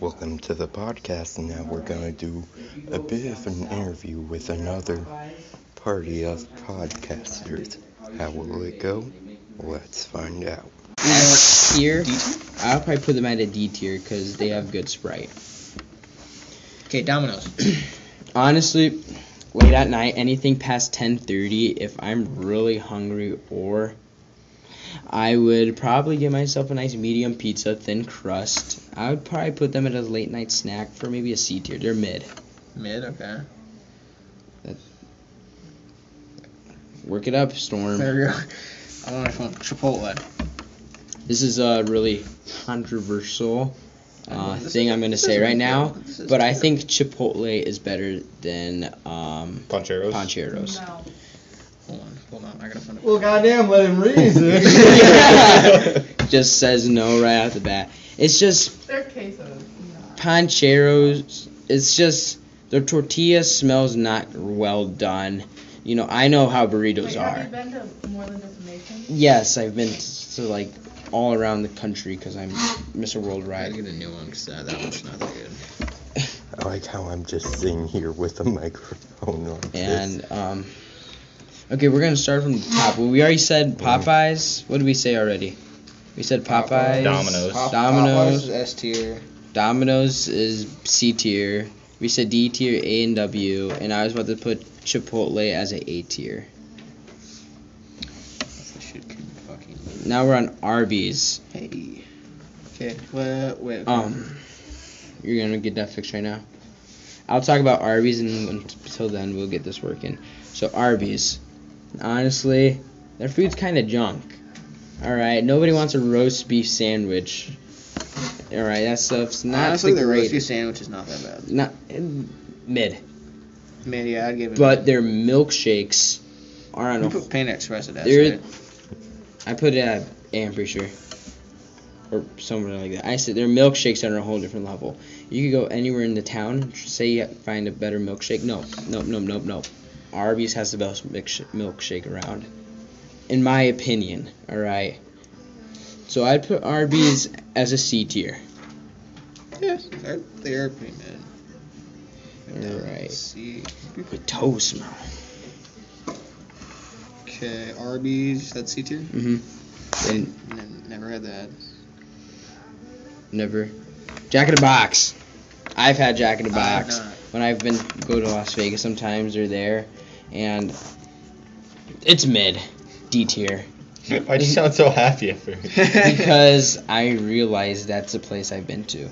Welcome to the podcast, and now we're going to do a bit of an interview with another party of podcasters. How will it go? Let's find out. At tier, Uh, I'll probably put them at a D tier because they have good Sprite. Okay, Domino's. Honestly, late at night, anything past 10:30, if I'm really hungry or I would probably get myself a nice medium pizza, thin crust. I would probably put them at a late night snack for maybe a C tier. They're mid. Mid, okay. Work it up, Storm. There we go. I want to Chipotle. This is a really controversial uh, This thing is- I'm gonna this say is right good. now, This is but I good. think Chipotle is better than um, Poncheros. Pancheros. Hold on, hold on. I gotta find it. Well, goddamn, let him reason. just says no right off the bat. It's just Their quesos. pancheros. It's just the tortilla smells not well done. You know, I know how burritos Wait, are. have you been to more than just Mason? Yes, I've been t- to like all around the country because I'm Mr. I gotta Worldwide. get a new one because that, that one's not that good. I like how I'm just sitting here with a microphone like this. And um, okay, we're gonna start from the top. Well, we already said Mm-hmm. Popeyes. What did we say already? We said Popeyes. Domino's. Pop- Popeyes Domino's. is S tier. Domino's is C tier. We said D tier, A and W, and I was about to put Chipotle as a A tier. This shit can fucking. Now we're on Arby's. Hey. Okay, wait, wait. Um, you're gonna get that fixed right now. I'll talk about Arby's, and until then, we'll get this working. So Arby's, honestly, their food's kind of junk. All right, nobody wants a roast beef sandwich. All right, that stuff's not Honestly, the the roast beef greatest. sandwich is not that bad. Not eh, mid. Man, yeah, I'd give it. but their milkshakes are on you a. put Panda Express at that. There- Right? I put it at A, I'm pretty sure. Or somewhere like that. I said their milkshakes are on a whole different level. You could go anywhere in the town, say you find a better milkshake. Nope, nope, nope, nope, nope. Arby's has the best milksh- milkshake around. In my opinion, alright? So I'd put Arby's as a C tier. Yeah, they're, they're pretty mid. Alright. See. The toast smell. Okay, Arby's, that's C tier? hmm And N- never had that. never. Jack in the Box. I've had Jack in the I have Box. not. when I've been go to Las Vegas sometimes or there, and it's mid, D tier, Why do you sound so happy at first? because I realize that's the place I've been to.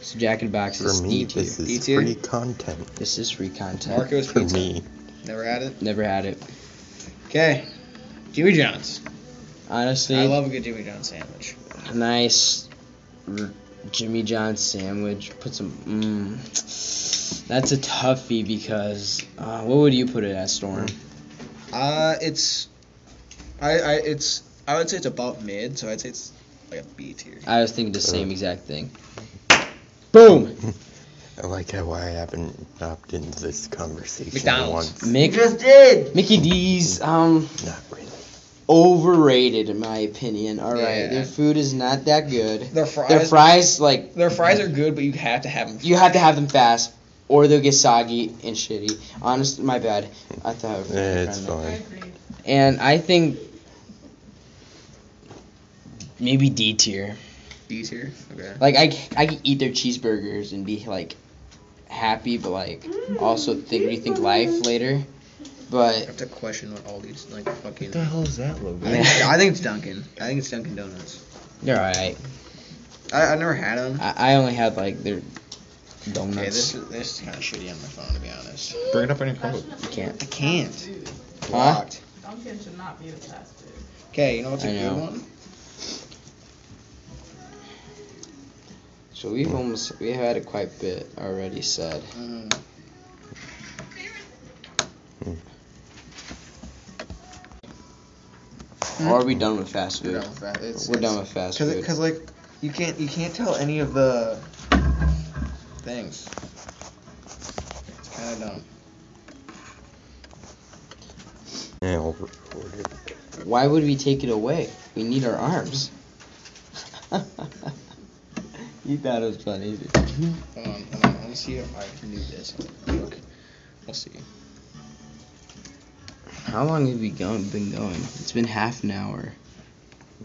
So Jack and Box is For D me, tier. this This, is D-tier? free content. is free content. Marco's For Pizza. me. Never had it. Never had it. Okay, Jimmy John's. Honestly, I love a good Jimmy John's sandwich. a nice r- Jimmy John's sandwich. Put some. Mm, that's a toughie because uh, what would you put it at, Storm? Mm. Uh, it's, I, I, it's, I would say it's about mid, so I'd say it's like a B tier. I was thinking the Uh, same exact thing. Boom. I like how I haven't opted into this conversation McDonald's. once. Mick, did. Mickey D's. Um. Not really. overrated in my opinion. All right, Yeah. their food is not that good. Their fries. Their fries, like their fries are good, but you have to have them. you have to have them fast, or they'll get soggy and shitty. Honest, my bad. I thought. Eh, it's I fine. agree. And I think maybe D tier. D tier. Okay. Like I, c- I could eat their cheeseburgers and be like happy, but like also think rethink life later. I But have to question what all these like fucking. What the hell is that logo? I think, I think it's Dunkin'. I think it's Dunkin' Donuts. they're alright. I, I've never had them. I, I only had like their donuts. Okay, this is this is kind of shitty on my phone to be honest. Bring it up on your That phone. shouldn't be can't. the I can't. fast food. Huh? Dunkin' should not be the fast food. Okay, you know what's a I good know. one? So we've almost we had it quite bit already said. Mm, Or are we done with fast food? we're Hmm? done with that. It's, We're done it's- with fast Cause, food. it- cause like you can't you can't tell any of the things. It's kind of dumb. Now we're recording. Why would we take it away? We need our arms. You thought it was fun, easy. Hold on, hold on. Let me see if I can do this. Look. We'll see. How long have we gone, been going? It's been half an hour.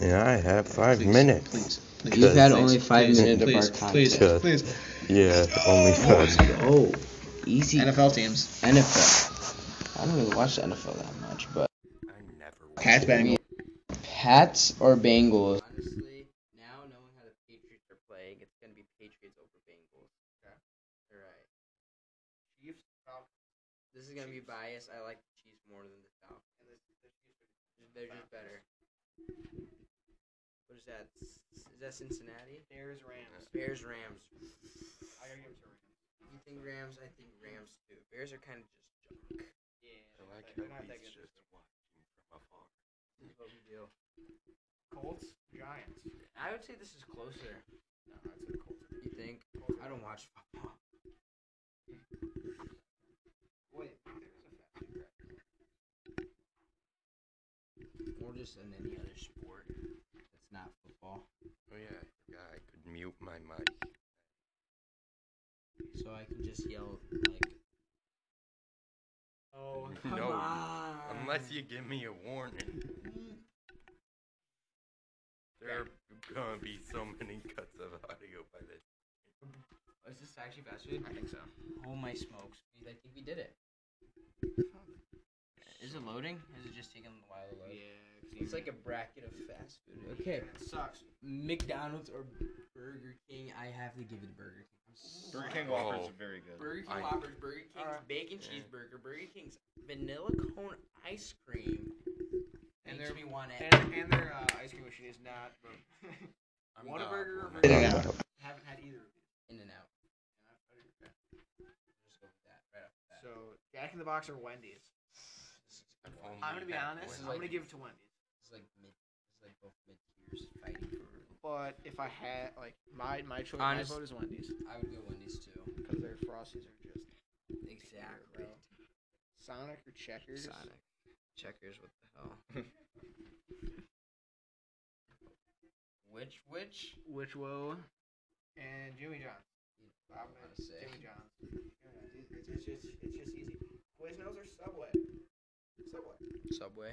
And I have five Please, minutes. Please. please, You've had please, only five please, minutes of please, our Please, content. please. Yeah, only five. Oh, easy. NFL teams. NFL. I don't really watch the NFL that much, but Pat Bang. Pats or Bengals? Honestly, now knowing how the Patriots are playing, it's gonna be Patriots over Bengals. Okay. All right. Chiefs. This is gonna be biased. I like the Chiefs more than the Falcons. They're just better. What is that? Is that Cincinnati? Bears Rams. Bears Rams. I gotta give it to Rams. You think Rams? I think Rams too. Bears are kind of just junk. Yeah. I like how he's just watching from afar. This is what we do. Colts, Giants. I would say this is closer. No, I'd say Colts. You think? I don't watch football. Wait, there's a fact check, right? Or just in any other sport that's not football. Oh yeah, I forgot I could mute my mic. So I can just yell, like, Oh, come no, on. unless you give me a warning. There are gonna be so many cuts of audio by this. Is this actually fast food? I think so. Oh my smokes. I think we did it. Is it loading? Is it just taking a while to load? Yeah. It's like a bracket of fast food. Okay. It sucks. McDonald's or Burger King, I have to give it Burger King. I'm sorry. Burger King Oh. Whoppers are very good. Burger King I- Whoppers, Burger King's Alright. bacon Yeah. cheeseburger, Burger King's vanilla cone ice cream. And Makes they're- me want it. And, and their uh, ice cream machine is not. But I'm not Whataburger or one. Burger King? Yeah. Haven't had either of these. In and out. and I've had it. Just go with that right off the bat. So Jack in the Box or Wendy's? I've only I'm gonna be had honest. one. I'm gonna give it to Wendy's. It's like mid, it's like both mid tiers fighting for. But if I had like my my choice, Honest- my vote is Wendy's I would go Wendy's too. because their frosties are just Exactly. Sonic or Checkers. Sonic. Checkers, what the hell? which which? Which Woe, and Jimmy John's. You know, Bob I Evans, to say. Jimmy John's. Yeah, It's, it's just it's just easy. Quiznos or Subway? Subway. Subway.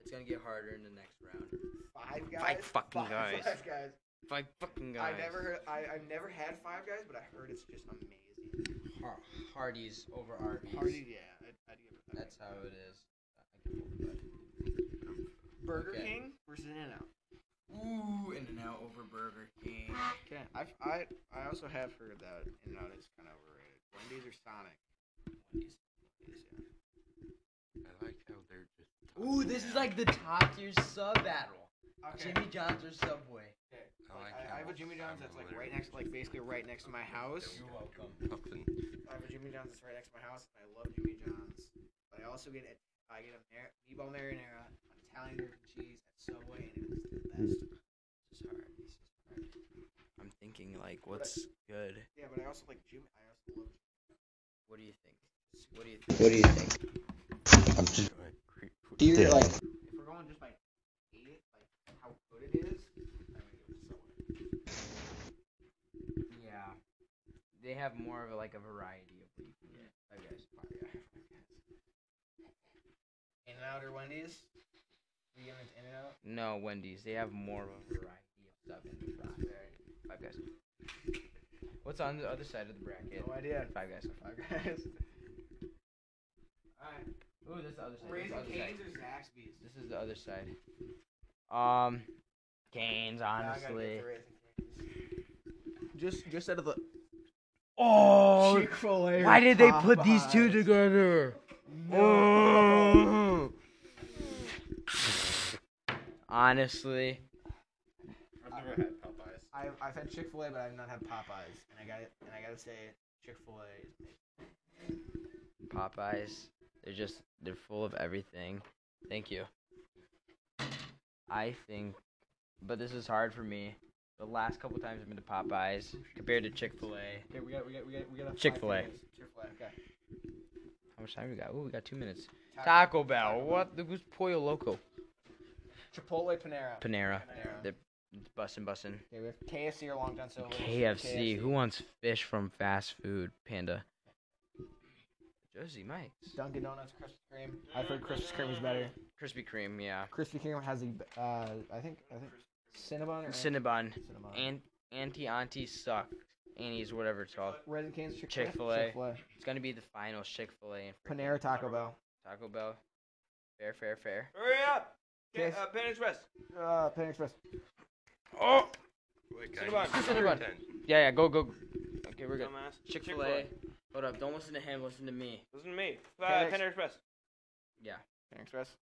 It's gonna get harder in the next round. Five guys. fucking Five guys. Five guys. Five fucking I guys. never heard. I I've never had Five Guys, but I heard it's just amazing. Har- Hardee's over Arby's. Party, yeah. I'd, I'd give it. I'd That's give how it. it is. I can hold it. Burger okay. King versus In-N-Out. Ooh, In and Out over Burger King. Okay. I I I also have heard that In-N-Out is kind of overrated. Wendy's or Sonic. Wendy's. Wendy's yeah. I like how they're just. Ooh, this is like the top tier sub battle. Okay. Jimmy John's or Subway. okay. I Oh, Like, like I, I how have a Jimmy John's that's like literally right next, like basically right next to my house. don't You're welcome. Nothing. I have a Jimmy John's that's right next to my house, and I love Jimmy John's. But I also get a, I get a mar- meatball marinara, an Italian American cheese at Subway, and it is the best. This is hard. This is hard. I'm thinking like, what's good? Yeah, but I also like Jimmy. I also love. What do you think? What do you think? What do you think? I'm just. Dear, like, If we're going just by eight, like how good it is, I'm gonna give it to Subway. yeah, they have more of a, like a variety of what you can get. I guess. In and Out or Wendy's? We give it In and Out. No, Wendy's. They have more of a variety of stuff in the roster. Five Guys. What's on the other side of the bracket? No idea. Five Guys. Five guys. All right. Ooh, this is the other side. This is the Raising other side. Cane's or Zaxby's? This is the other side. Um, Canes, Nah, I gotta go honestly. for Raising Cane's. Just, just out of the Oh, Chick Fil A. why did they put these two together? Oh. Honestly, I've never had Popeyes. I've, I've had Chick Fil A, but I've not had Popeyes, and I got to and I gotta say Chick Fil A is amazing. Popeyes, they're just they're full of everything. Thank you. I think, but this is hard for me. The last couple times I've been to Popeyes compared to Chick Fil A. Okay, we got we got we got we got Chick-fil-A. Chick Fil A. Okay. How much time we got? Ooh, we got two minutes. Taco- Taco Bell. Taco Bell. What? Who's Pollo Loco? Chipotle Panera. Panera. Panera. They're Bussin' bussin'. Okay, we have KFC or Long John Silver's. KFC. Who wants fish from fast food? Panda. Josie Mike's. Dunkin' Donuts, Krispy Kreme. I've heard Krispy Kreme is better. Krispy Kreme, yeah. Krispy Kreme has the, uh, I think, I think, Cinnabon or Cinnabon. Cinnabon. And Auntie Auntie Suck. Annie's, whatever it's called. Resin Cans, Chick-fil-A. Chick-fil-A. Chick-fil-A. It's gonna be the finals. Chick Fil A and freaking Panera, Taco Bell. Taco Bell. Fair, fair, fair. Hurry up! Get, uh, Pan Express. Uh, Pan Express. Oh! Wait, can I Cinnabon, use Cinnabon. number 10? Yeah, yeah. Go, go. Okay, we're good. Dumbass. Chick Fil A. Hold up! Don't listen to him. Listen to me. Listen to me. Uh, Pan Panda Express. Pan Express.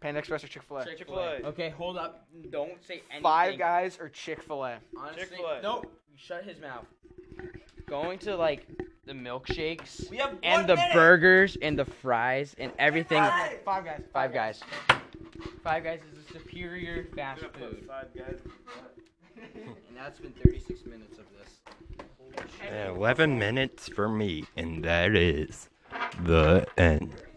Pan Express or Chick-fil-A. Chick-fil-A. Okay, hold up. Don't say anything. Five Guys or Chick-fil-A. Honestly, Chick-fil-A. Nope. You shut his mouth. Going to like the milkshakes We have one and the minute. burgers and the fries and everything. Five Guys. Five Guys. Five Guys is a superior fast Gonna put food, five guys. and that's been 36 minutes of this. 11 minutes for me, and that is the end.